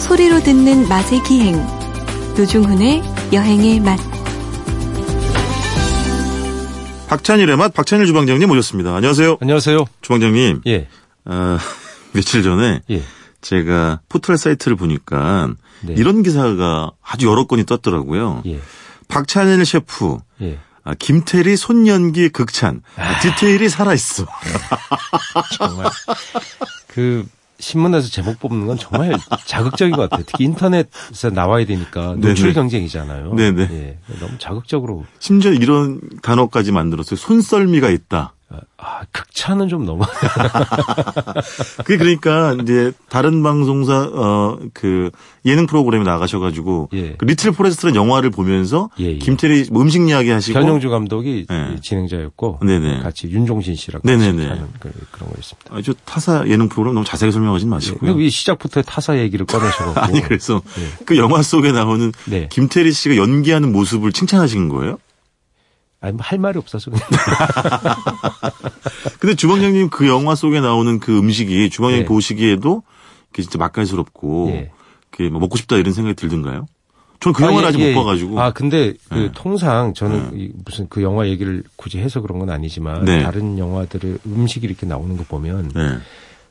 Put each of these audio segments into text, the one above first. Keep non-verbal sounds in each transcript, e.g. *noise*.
소리로 듣는 맛의 기행. 노중훈의 여행의 맛. 박찬일의 맛 박찬일 주방장님 모셨습니다. 안녕하세요. 안녕하세요. 주방장님. 예, 어, *laughs* 며칠 전에 예. 제가 포털 사이트를 보니까 네. 이런 기사가 아주 여러 건이 떴더라고요. 예, 박찬일 셰프 예. 아, 김태리 손연기 극찬 아, 디테일이 살아있어. 정말. 그, 신문에서 제목 뽑는 *laughs* 건 정말 자극적인 것 같아요. 특히 인터넷에 나와야 되니까 노출 네네. 경쟁이잖아요. 네네. 예, 너무 자극적으로. 심지어 이런 단어까지 만들었어요. 손썰미가 있다. 아, 극찬은 좀 너무. 그게 그러니까 이제 다른 방송사 어 그 예능 프로그램에 나가셔가지고 예. 그 리틀 포레스트라는 영화를 보면서 예, 예. 김태리 뭐 음식 이야기 하시고 *laughs* 변영주 감독이 예. 진행자였고 네네. 같이 윤종신 씨랑 같이 네네네. 하는 그- 그런 거였습니다. 아주 타사 예능 프로그램 너무 자세히 설명하진 마시고요. 근데 왜 시작부터 타사 얘기를 *laughs* 꺼내셔가지고 아니 그래서 그 영화 속에 나오는 네. 김태리 씨가 연기하는 모습을 칭찬하신 거예요? 아니 뭐할 말이 없어서 그냥 근데 주방장님 그 영화 속에 나오는 그 음식이 주방장님 네. 보시기에도 이게 진짜 맛깔스럽고 예. 이렇게 뭐 먹고 싶다 이런 생각이 들던가요? 전 그 영화를 아, 예, 아직 예. 못 봐가지고 아 근데 그 예. 통상 저는 이 무슨 그 영화 얘기를 굳이 해서 그런 건 아니지만 네. 다른 영화들의 음식이 이렇게 나오는 거 보면 네.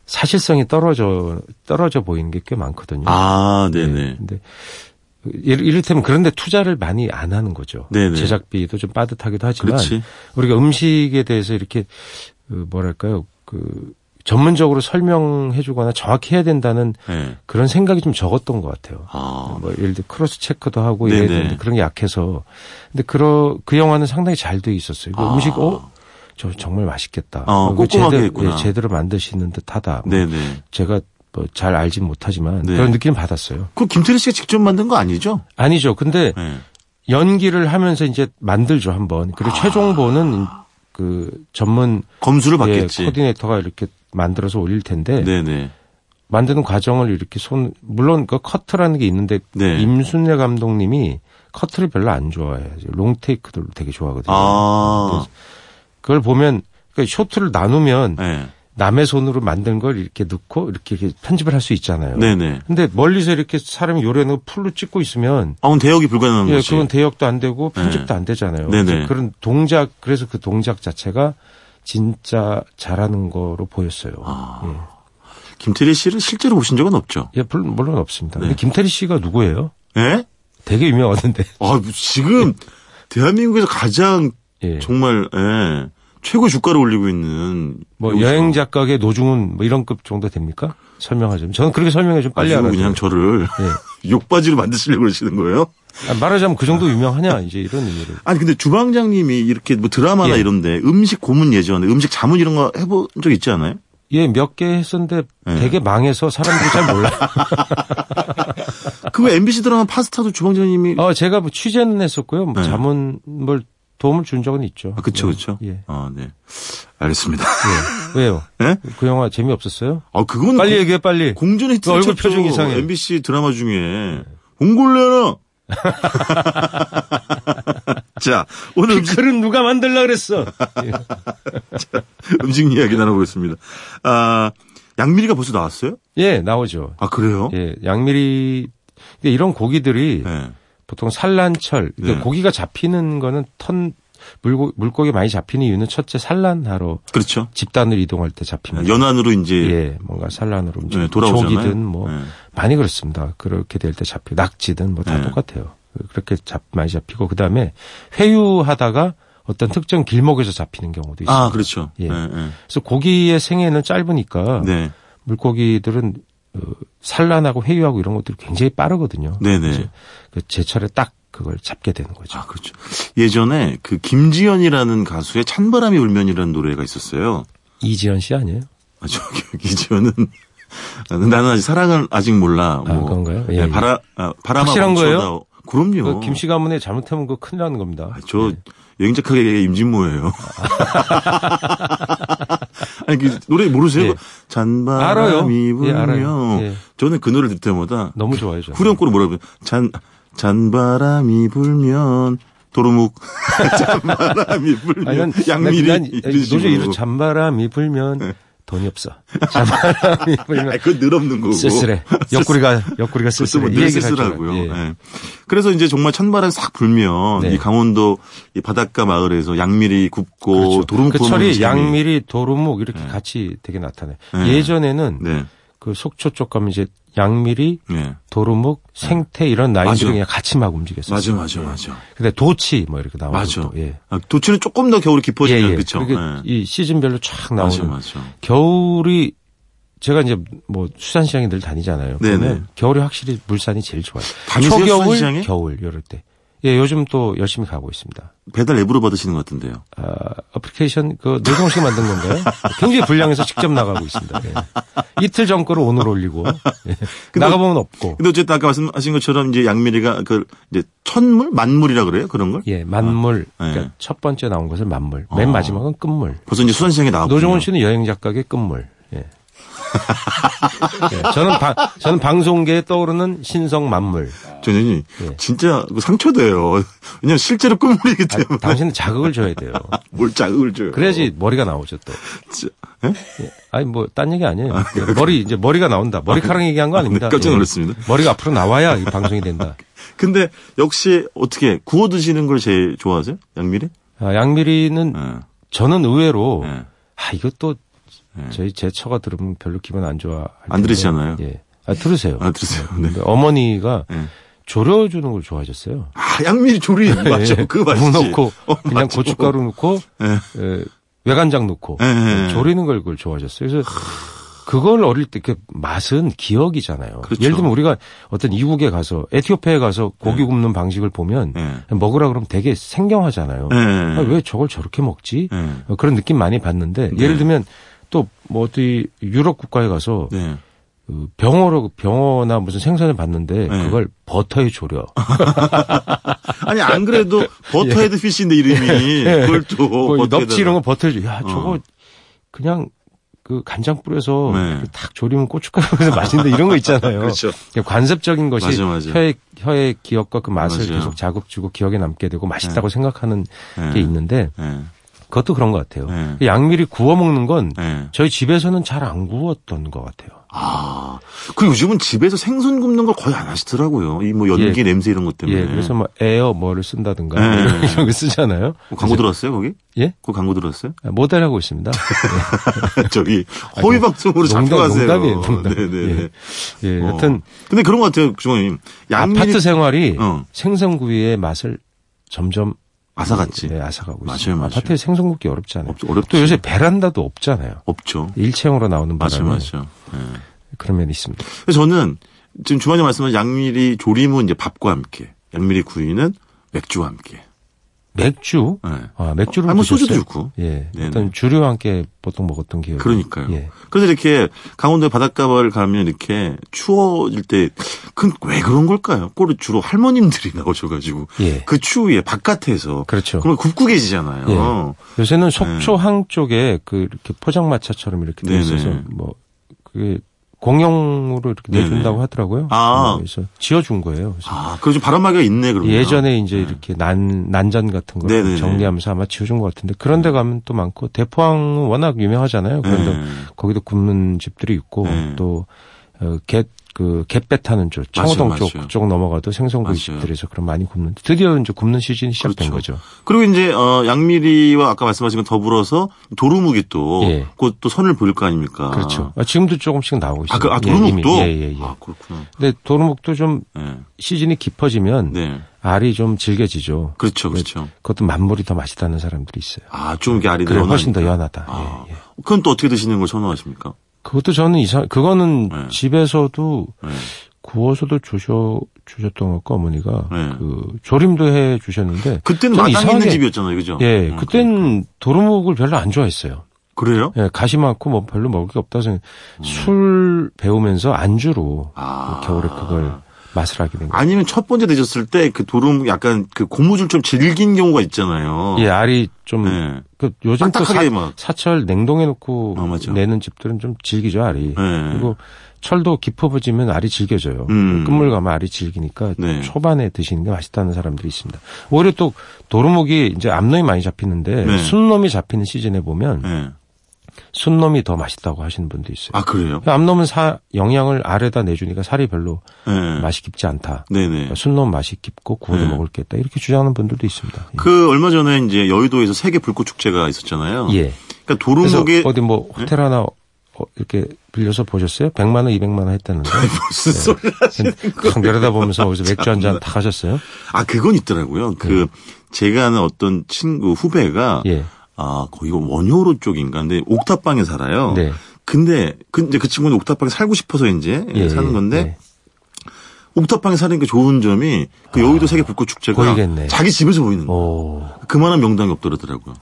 사실성이 떨어져 떨어져 보이는 게 꽤 많거든요. 아 네네. 근데 이를- 이를테면 그런데 투자를 많이 안 하는 거죠. 네네. 제작비도 좀 빠듯하기도 하지만 그렇지. 우리가 음식에 대해서 이렇게 그 뭐랄까요 그 전문적으로 설명해주거나 정확히 해야 된다는 네. 그런 생각이 좀 적었던 것 같아요. 아, 뭐 예를 들어 크로스 체크도 하고 네네. 예를 들어 그런 게 약해서 근데 그러, 그 영화는 상당히 잘 돼 있었어요. 그 아. 음식 어저 정말 맛있겠다. 어, 그리고 꼼꼼하게 제대로, 했구나. 예, 제대로 만드시는 듯하다. 뭐 네네. 제가 뭐 잘 알진 못하지만 네. 그런 느낌 을 받았어요. 그 김태리 씨가 직접 만든 거 아니죠? 아니죠. 근데 네. 연기를 하면서 이제 만들죠 한번. 그리고 아. 최종본은 그 전문 검수를 예, 받겠지. 코디네이터가 이렇게 만들어서 올릴 텐데 네네. 만드는 과정을 이렇게 손 물론 그 커트라는 게 있는데 네. 임순례 감독님이 커트를 별로 안 좋아해요. 롱테이크들로 되게 좋아하거든요. 아, 그걸 보면 그 쇼트를 나누면 네. 남의 손으로 만든 걸 이렇게 넣고 이렇게, 이렇게 편집을 할 수 있잖아요. 네네. 근데 멀리서 이렇게 사람이 요래는 거 풀로 찍고 있으면 아, 그럼 대역이 불가능한 예, 거지. 그건 대역도 안 되고 편집도 네. 안 되잖아요. 네네. 그래서 그런 동작 그래서 그 동작 자체가 진짜 잘하는 거로 보였어요. 아. 김태리 씨를 실제로 보신 적은 없죠? 예, 물론, 물론 없습니다. 네. 근데 김태리 씨가 누구예요? 예? 되게 유명하던데. *laughs* 아, 지금 대한민국에서 가장 예. 정말 예, 최고 주가를 올리고 있는 뭐 여기서 여행 작가계 노중훈 뭐 이런 급 정도 됩니까? 설명하자면 저는 그렇게 설명해 좀 빨리 아주 알아. 그냥 저를 예. *laughs* 욕바지로 만드시려고 그러시는 거예요? 말하자면 그 아. 정도 유명하냐 이제 이런 의미로. 아니 근데 주방장님이 이렇게 뭐 드라마나 예. 이런데 음식 고문 예전 음식 자문 이런 거 해본 적 있지 않아요? 예, 몇 개 했었는데 네. 되게 망해서 사람들이 잘 몰라. *laughs* 그 왜 MBC 드라마 파스타도 주방장님이 어, 제가 뭐 취재는 했었고요. 뭐 네. 자문을 도움을 준 적은 있죠. 아, 그쵸 예. 그쵸? 예. 아, 네. 알겠습니다. 예. 왜요? *laughs* 예? 그 영화 재미없었어요? 아 그거는 빨리 얘기해 빨리. 공존 히트 너 네. 그 얼굴 쳤죠. 표정이 이상해. MBC 드라마 중에 *laughs* 옹골레나 자, 오늘 음식, 피클은 누가 만들라 *laughs* 그랬어? 예. 음식 이야기 나눠보겠습니다. 아, 양미리가 벌써 나왔어요? 예, 나오죠. 아, 그래요? 예, 양미리 근데 이런 고기들이 네. 보통 산란철 그러니까 네. 고기가 잡히는 거는 턴 물고, 물고기 많이 잡히는 이유는 첫째 산란하러 그렇죠. 네, 집단을 이동할 때 잡힙니다. 연안으로 이제 예, 뭔가 산란으로 움직 아, 네, 돌아오잖아요. 조기든 뭐 네. 많이 그렇습니다. 그렇게 될 때 잡히고 낙지든 뭐 다 네. 똑같아요. 그렇게 잡 많이 잡히고 그다음에 회유하다가 어떤 특정 길목에서 잡히는 경우도 있어요. 아, 그렇죠. 예. 네, 네. 그래서 고기의 생애는 짧으니까 네. 물고기들은 어, 산란하고 회유하고 이런 것들이 굉장히 빠르거든요. 네네. 그래서 그 제철에 딱 그걸 잡게 되는 거죠. 아, 그렇죠. 예전에 그 김지연이라는 가수의 찬바람이 울면이라는 노래가 있었어요. 이지연 씨 아니에요? 아, 저기, 기지연은 나는 아직 사랑을 아직 몰라. 아, 그건가요? 예, 예, 예. 바라, 아, 바람아 확실한 거예요? 멈춰다오. 그럼요. 그 김씨 예. 가문에 잘못하면 그 큰일 나는 겁니다. 아, 저 여행작하게 얘기해 *laughs* 임진모예요. 아니, 그 노래 모르세요? 예. 그 잔바람이 알아요. 예, 불면 알아요. 예. 저는 그 노래 들 때마다 너무 좋아요, 저는. 후렴구로 뭐라 그러요 잔, 잔바람이 불면 도루묵. *laughs* 잔바람이 불면 아니, 난, 양미리. 난, 난 이런 식으로. 네. 노조 이런 잔바람이 불면 돈이 없어. 자바람이 불면 아, 그건 늘 없는 거고. 쓸쓸해. 옆구리가 옆구리가 쓸쓸해. 쓸쓸면 이 늘 얘기를 할 쓸쓸하고요. 줄 알아요. 예. 예. 그래서 이제 정말 찬바람 싹 불면 네. 이 강원도 이 바닷가 마을에서 양미리 굽고 그렇죠. 도루묵 그 구워 먹는 철이 재미. 양미리 도루묵 이렇게 같이 되게 나타나요. 네. 예전에는 네. 그 속초 쪽 가면 이제 양미리, 네. 도루묵, 생태 이런 맞아. 라인들이 그냥 같이 막 움직였어요. 맞아, 맞아, 맞아. 근데 도치 뭐 이렇게 나오고 맞아. 또, 예. 예. 아, 도치는 조금 더 겨울이 예, 깊어지면 예. 그렇죠. 그게 이 시즌별로 쫙 나오는 맞아, 맞아. 겨울이 제가 이제 뭐 수산시장에 늘 다니잖아요. 네네. 그러면 겨울이 확실히 물산이 제일 좋아요. 다니세요, 초겨울, 수산시장에? 겨울 이럴 때. 예, 요즘 또 열심히 가고 있습니다. 배달 앱으로 받으시는 것 같은데요. 아, 어플리케이션 그 노종 씨 만든 건가요? *laughs* 굉장히 불량해서 직접 나가고 있습니다. 예. 이틀 전 거를 오늘 올리고 예. 나가보면 없고 근데 그 어쨌든 아까 말씀하신 것처럼 이제 양미리가 그 이제 천물 만물이라 그래요 그런 걸 예 만물 아, 예. 그러니까 첫 번째 나온 것은 만물 맨 아. 마지막은 끝물 벌써 이제 수산시장에 나왔고 노종훈 씨는 여행 작가계 끝물. 예. 예, 저는 방 저는 방송계에 떠오르는 신성 만물. 저는 예. 진짜 그 상처돼요 왜냐면 실제로 꿈물이기 아, 때문에 당신은 자극을 줘야 돼요. *laughs* 뭘 자극을 줘요 아, 그래야지 머리가 나오죠 또. 진짜. 예. 아니 뭐 딴 얘기 아니에요. 예, 머리 이제 머리가 나온다. 머리카락 얘기한 거 아닙니다. 네, 깜짝 예. 놀랐습니다. 머리가 앞으로 나와야 이 방송이 된다. 근데 역시 어떻게 구워 드시는 걸 제일 좋아하세요 양미리 아, 양미리는 예. 저는 의외로 예. 아 이것도 예. 저희 제 처가 들으면 별로 기분 안 좋아. 안 들으시잖아요. 예. 아 들으세요. 아 들으세요 네. 근데 어머니가 예. 졸여주는 걸 좋아하셨어요. 아 양미리 조림 맞죠 *laughs* 예. 그거 무 맛있지 넣고 어, 그냥 맞죠. 고춧가루 넣고 예. 에, 외간장 넣고 예, 예, 예. 조리는 걸 그걸 좋아하셨어요. 그래서 그걸 어릴 때 그 맛은 기억이잖아요. 그렇죠. 예를 들면 우리가 어떤 이국에 가서 에티오피아에 가서 고기 굽는 방식을 보면 예. 먹으라 그러면 되게 생경하잖아요. 예. 아, 왜 저걸 저렇게 먹지? 예. 어, 그런 느낌 많이 받는데 네. 예를 들면 또 뭐 어디 유럽 국가에 가서 네. 그 병어로 병어나 무슨 생선을 봤는데 네. 그걸 버터에 졸여 아니 안 *laughs* 그래도 버터헤드 피쉬인데 이름이 그걸 또 뭐 어, 버터에다가. 넙치 이런 예. 거 버터에 졸여. 야 저거 어. 그냥 그 간장 뿌려서 네. 이렇게 탁 졸이면 고춧가루 *laughs* 해서 맛있는데 이런 거 있잖아요. 그렇죠. 그러니까 관습적인 것이 맞아, 맞아. 혀의 혀의 기억과 그 맛을 맞아요. 네. 계속 자극 주고 기억에 남게 되고 맛있다고 생각하는 게 있는데 예. 그것도 그런 것 같아요. 네. 양미리 구워 먹는 건 예. 저희 집에서는 잘 안 구웠던 것 같아요. 아. 그 요즘은 집에서 생선 굽는 걸 거의 안 하시더라고요. 이 뭐 연기 냄새 이런 것 때문에. 예, 그래서 뭐 에어 뭐를 쓴다든가 네. 이런- 이런 거 쓰잖아요. 뭐 광고 들었어요, 거기? 예? 그 광고 들었어요? 아, *laughs* 모델하고 있습니다. 저기 허위 방송으로 농담, 잡혀가세요. 농담이에요, 농담. 네, 네, 네. 예, 예, 어. 여튼 근데 그런 것 같아요, 주모님. 양미리 아파트 생활이 어. 생선구이의 맛을 점점 아사같이 네, 아사가고 맞아요, 있어요. 맞아요. 아파트에 생선 굽기 어렵지 않아요. 없, 어렵죠. 또 요새 베란다도 없잖아요. 없죠. 일체형으로 나오는 바람에 맞아요, 맞아요. 예. 그런 면이 있습니다. 그래서 저는 지금 주모님 말씀하신 양미리 조림은 이제 밥과 함께, 양미리 구이는 맥주와 함께. 맥주, 예. 아 맥주를 아니, 뭐 소주도 드셨어요? 좋고. 예, 네네. 어떤 주류와 함께 보통 먹었던 기억이. 그러니까요. 예. 그래서 이렇게 강원도의 바닷가를 가면 이렇게 추워질 때, 그 왜 그런 걸까요? 꼴을 주로 할머님들이 *laughs* 나오셔가지고 예. 그 추위에 바깥에서 그렇죠. 그러면 굽구개지잖아요. 요새는 속초 항 쪽에 그 이렇게 포장마차처럼 이렇게 돼 네. 네네. 있어서 뭐 그게 공용으로 이렇게 네네. 내준다고 하더라고요. 아. 어, 그래서 지어준 거예요. 그래서 아, 그래서 바람막이가 있네 그러면. 예전에 이제 네. 이렇게 난 난전 같은 거 네네네. 정리하면서 아마 지어준 것 같은데 그런데 가면 또 많고 대포항은 워낙 유명하잖아요. 그런데 네. 거기도 굽는 집들이 있고 어, 네. 또갯그 갯배 타는 쪽 맞아요, 청호동 맞아요. 쪽 그쪽 넘어가도 생선구이 맞아요. 집들에서 그럼 많이 굽는데 드디어 이제 굽는 시즌이 시작된 그렇죠. 거죠. 그리고 이제 어, 양미리와 아까 말씀하신 것 더불어서 도루묵이 또 예. 곧 또 선을 보일 거 아닙니까? 그렇죠. 아, 지금도 조금씩 나오고 있어요. 아, 그, 아 예, 도루묵도. 이미. 예, 예, 예. 아, 그렇구나. 근데 도루묵도 좀 예. 시즌이 깊어지면 네. 알이 좀 질겨지죠. 그렇죠, 그렇죠. 그것도 만물이 더 맛있다는 사람들이 있어요. 아, 좀 이게 아리들 네. 그래 훨씬 더 연하다. 아, 예, 예. 그건 또 어떻게 드시는 걸 선호하십니까? 그것도 저는 이상 그거는 네. 집에서도 네. 구워서도 주셔 주셨던 것 같고 어머니가 네. 그 조림도 해 주셨는데 그때는 저는 마당에 이상하게- 있는 집이었잖아요, 그죠? 예, 음, 그땐 도루묵을 별로 안 좋아했어요. 그래요? 예, 가시 많고 뭐 별로 먹을 게 없다 생각. 술 배우면서 음. 안주로 아. 겨울에 그걸 맛을 하게 된 거예요. 아니면 첫 번째 드셨을 때 그 도름 약간 그 고무줄처럼 질긴 경우가 있잖아요. 예, 알이 좀 예. 그 요즘 또 사, 어. 딱딱하게 막. 사철 냉동해 놓고 아, 맞아. 내는 집들은 좀 질기죠 알이. 예. 그리고 철도 깊어지면 알이 질겨져요. 음. 끝물 가면 알이 질기니까 네. 초반에 드시는 게 맛있다는 사람들이 있습니다. 오히려 또 도루묵이 이제 암놈이 많이 잡히는데 네. 순놈이 잡히는 시즌에 보면 예. 순놈이 더 맛있다고 하시는 분도 있어요. 아 그래요? 암놈은 사 영양을 알에다 내주니까 살이 별로 네. 맛이 깊지 않다. 그러니까 네네. 순놈 맛이 깊고 구워도 네. 먹을 게 있다. 이렇게 주장하는 분들도 있습니다. 예. 그 얼마 전에 이제 여의도에서 세계 불꽃 축제가 있었잖아요. 예. 그러니까 그래서 도루묵에 어디 뭐 네? 호텔 하나 어, 이렇게 빌려서 보셨어요? 100만 원, 200만 원 했다는데. *laughs* 무슨 네. 소리? *laughs* 딱 내려다보면서 거기서 맥주 한 잔 다 하셨어요? 아 그건 있더라고요. 그 제가 아는 어떤 친구 후배가 네. 예. 아 거기 원효로 쪽인가 근데 옥탑방에 살아요. 네. 근데 그, 이제 그 친구는 옥탑방에 살고 싶어서 이제 예, 사는 건데 예. 아, 옥탑방에 사는 게 좋은 점이 그 여의도 세계 불꽃 축제가 보이겠네. 자기 집에서 보이는 거. 예. 오. 그만한 명당이 없더라고요.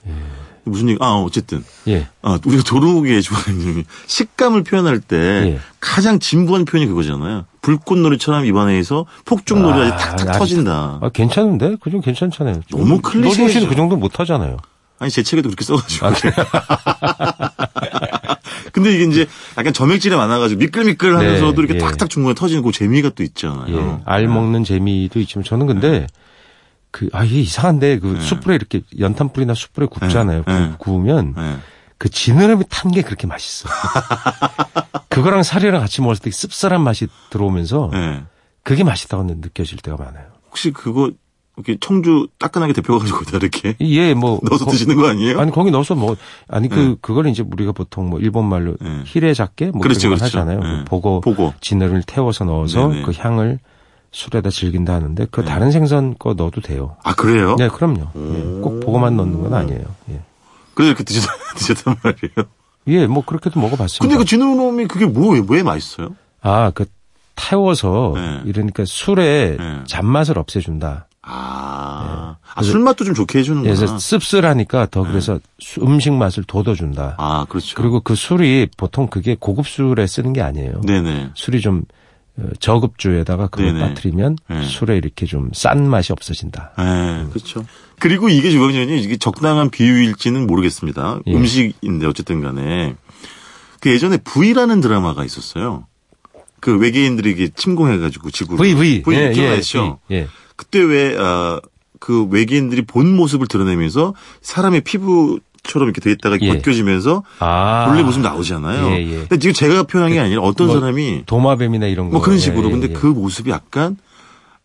무슨 얘기? 아 어쨌든 예. 아, 우리가 도루묵의 좋아하는 점이 식감을 표현할 때 예. 가장 진부한 표현이 그거잖아요. 불꽃놀이처럼 입안에서 폭죽놀이가 아, 아, 탁탁 아니, 터진다. 아, 괜찮은데? 그 좀 괜찮잖아요. 너무 클리셰죠. 노중 씨는 그 정도 못 하잖아요. 아니 제 책에도 그렇게 써가지고. *laughs* 근데 이게 이제 약간 점액질이 많아가지고 미끌미끌하면서도 네, 이렇게 예. 딱딱 중간에 터지는 그 재미가 또 있잖아요. 예. 알 먹는 재미도 있지만 저는 예. 근데 그, 아, 이게 이상한데 그 숯불에 이렇게 연탄불이나 숯불에 굽잖아요. 네. 구- 구우면 예. 그 지느러미 탄 게 *laughs* 그렇게 맛있어. 그거랑 사리랑 같이 먹었을 때 씁쓸한 맛이 들어오면서 예. 그게 맛있다고 느껴질 때가 많아요. 혹시 그거 이렇게 청주 따끈하게 데펴가지고 다 이렇게 예, *laughs* 뭐 넣어서 거- 드시는 거 아니에요? 아니 거기 넣어서 뭐 아니 그 그걸 이제 우리가 보통 뭐 일본 말로 네. 히레 작게 뭐 그렇죠, 그런 걸 그렇죠. 하잖아요. 네. 그 보고 보고. 지느를 태워서 넣어서 네네. 네. 그 향을 술에다 즐긴다 하는데 그 다른 생선 거 넣어도 돼요. 아 그래요? 네, 그럼요. 예, 꼭 보고만 넣는 건 아니에요. 예. 그래서 이렇게 드셨, *laughs* 드셨단 말이에요. 예, 뭐 그렇게도 먹어봤습니다. 근데 그 진우놈이 그게 뭐왜 왜 맛있어요? 아, 그 태워서 네. 이러니까 술에 네. 잡맛을 없애준다. 아, 아, 술맛도 좀 좋게 예, 해주는구나. 네. 그래서 씁쓸하니까 더 그래서 수- 음식 맛을 돋워준다. 네. 아, 그렇죠. 그리고 그 술이 보통 그게 고급 술에 쓰는 게 아니에요. 네네. 술이 좀 어, 저급주에다가 그걸 네네. 빠뜨리면 네. 술에 이렇게 좀 싼 맛이 없어진다. 예, 그렇죠. 그리고 이게 주방장님 이게 적당한 비유일지는 모르겠습니다. 예. 음식인데 어쨌든 간에 그 예전에 V라는 드라마가 있었어요. 그 외계인들이 이게 침공해가지고 지구를 V V V 예, 예, 기억나시죠? 예, 예. 그때 왜, 아, 그 외계인들이 본 모습을 드러내면서 사람의 피부처럼 이렇게 돼 있다가 예. 벗겨지면서 아 원래 모습 나오잖아요. 예, 예. 근데 지금 제가 표현한 게 아니라 어떤 뭐 사람이 도마뱀이나 이런 거 뭐 그런 예, 식으로 예, 근데 예. 그 모습이 약간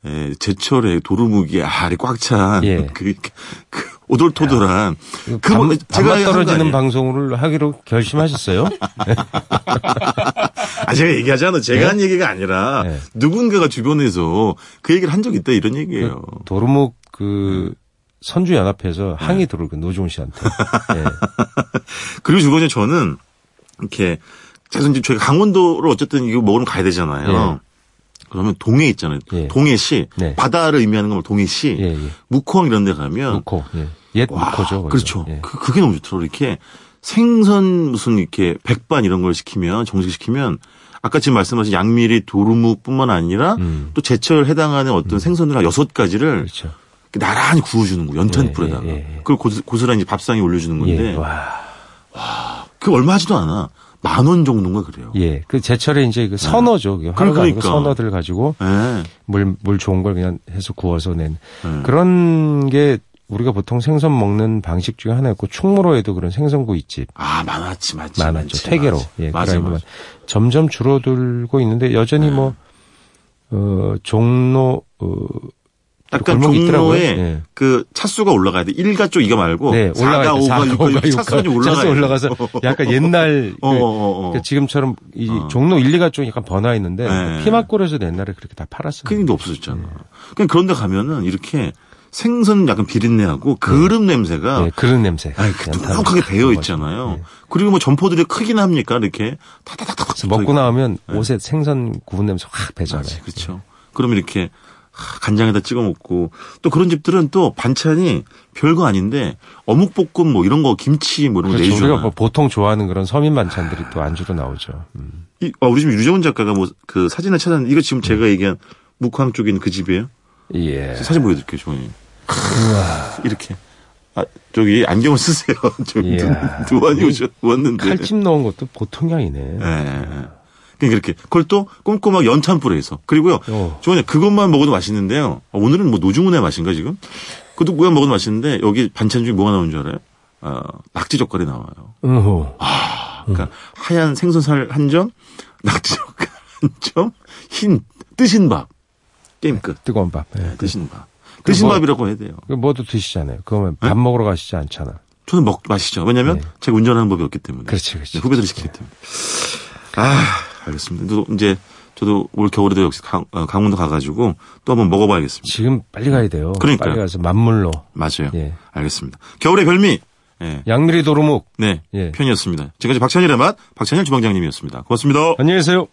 에, 제철에 도루묵이 알이 꽉찬 예. 그, 그 오돌토돌한 그 밤, 뭐- 밤맛 한거 떨어지는 아니에요? 방송을 하기로 *laughs* 결심하셨어요? 아 제가 얘기하지 않아 제가 한 얘기가 아니라 예. 누군가가 주변에서 그 얘기를 한 적 있다 이런 얘기예요. 네. 도루묵 그 선주 연합회에서 항의 들어올 그 노종 씨한테. 예. 그리고 주변에 저는 이렇게 그래서 이제 저희가 강원도를 어쨌든 이거 먹으러 가야 되잖아요. 그러면 동해 있잖아요. 예. 동해시 네. 바다를 의미하는 건뭐 동해시 예, *laughs* 예. 무코항 이런 데 가면 무코. 예. 옛 어. 와, 무코죠. 거기가. 그렇죠. 예. 그, 그게 너무 좋더라고. 이렇게 생선 무슨 이렇게 백반 이런 걸 시키면 정식시키면 아까 지금 말씀하신 양미리 도루묵뿐만 아니라 음. 또 제철 해당하는 어떤 생선을 한 여섯 가지를 그렇죠. 이렇게 나란히 구워주는 거 연탄불에다가 예, 예, 예. 그걸 고스- 고스란히 밥상에 올려주는 건데 예. 와. 그게 얼마 하지도 않아 만 원 정도인가 그래요. 예. 그 제철에 이제 그 선어죠. 그게 화로가 아니고 네. 그러니까. 선어들 가지고 예. 물, 물 좋은 걸 그냥 해서 구워서 낸 예. 그런 게 우리가 보통 생선 먹는 방식 중에 하나였고 충무로에도 그런 생선구이집 아 많았지 많았지 많았죠. 퇴계로. 많았지. 예, 맞아 그라인드만. 맞아. 점점 줄어들고 있는데 여전히 뭐, 어, 종로, 어, 네. 약간 골목이 종로에 예. 그 차수가 올라가야 돼. 1가 쪽 2가 말고 네, 사 올라가야 가 돼. 5가 6가 6가 차수가 좀 올라가야 돼. 올라가서 약간 *laughs* 옛날 그, 어, 어, 어. 그 지금처럼 이 어. 종로 1, 2가 좀 약간 번화 있는데 네. 피막골에서도 옛날에 그렇게 다 팔았어요. 큰 일도 없어졌잖아. 네. 그냥 그런데 가면은 이렇게 생선 약간 비린내하고 그름 냄새가 네, 그런 냄새. 그러니까. 아니, 그 연탄. 눅눅하게 배어 그런 있잖아요. 거죠. 예. 그리고 뭐 점포들이 크긴 합니까? 이렇게 타타타탁 그래서 먹고 네. 나오면 옷에 생선 구운 냄새 확 배잖아요. 그렇죠. 그럼 이렇게 하, 간장에다 찍어 먹고 또 그런 집들은 또 반찬이 별거 아닌데 어묵 볶음 뭐 이런 거 김치 뭐 이런 거 그렇죠. 내주잖아. 우리가 뭐 보통 좋아하는 그런 서민 반찬들이 또 안주로 나오죠. 음. 이, 아, 우리 지금 유재원 작가가 뭐 그 사진을 찾았는데 이거 지금 제가 얘기한 묵황 쪽에 있는 그 집이에요. 예. 사진 보여드릴게요, 종이. 이렇게. 아, 저기 안경을 *laughs* 쓰세요. 저기 이야. 두안이 오셨는데. 칼집 넣은 것도 보통 양이네. 예. 그러니까 이렇게 그걸 또 꼼꼼하게 연탄불에서 그리고요. 어. 조원님 그것만 먹어도 맛있는데요. 아, 오늘은 뭐 노중훈의 맛인가 지금? 그것도 그냥 먹어도 맛있는데 여기 반찬 중에 뭐가 나오는 줄 알아요? 어, 낙지 젓갈이 나와요. 어허. 그러니까 음. 하얀 생선살 한 점, 낙지 젓갈 한 점, 흰 뜨신 밥 게임 끝. 뜨거운 밥. 예. 뜨신 밥. 뜨신 뭐- 밥이라고 해야 돼요. 그 뭐도 드시잖아요. 그러면 밥 먹으러 가시지 않잖아. 저는 먹 마시죠. 왜냐하면 제가 운전하는 법이 없기 때문에. 네. 그렇죠, 그렇지, 그렇지. 네, 후배들이 시키기 때문에. 아, 알겠습니다. 또 이제 저도 올 겨울에도 역시 강, 어, 강원도 가가지고 또 한번 먹어봐야겠습니다. 지금 빨리 가야 돼요. 그러니까요. 빨리 가서 맞물로. 맞아요. 예. 알겠습니다. 겨울의 별미. 예. 양미리 도루묵. 네. 예. 편이었습니다. 지금까지 박찬일의 맛, 박찬일 주방장님이었습니다. 고맙습니다. 안녕히 계세요.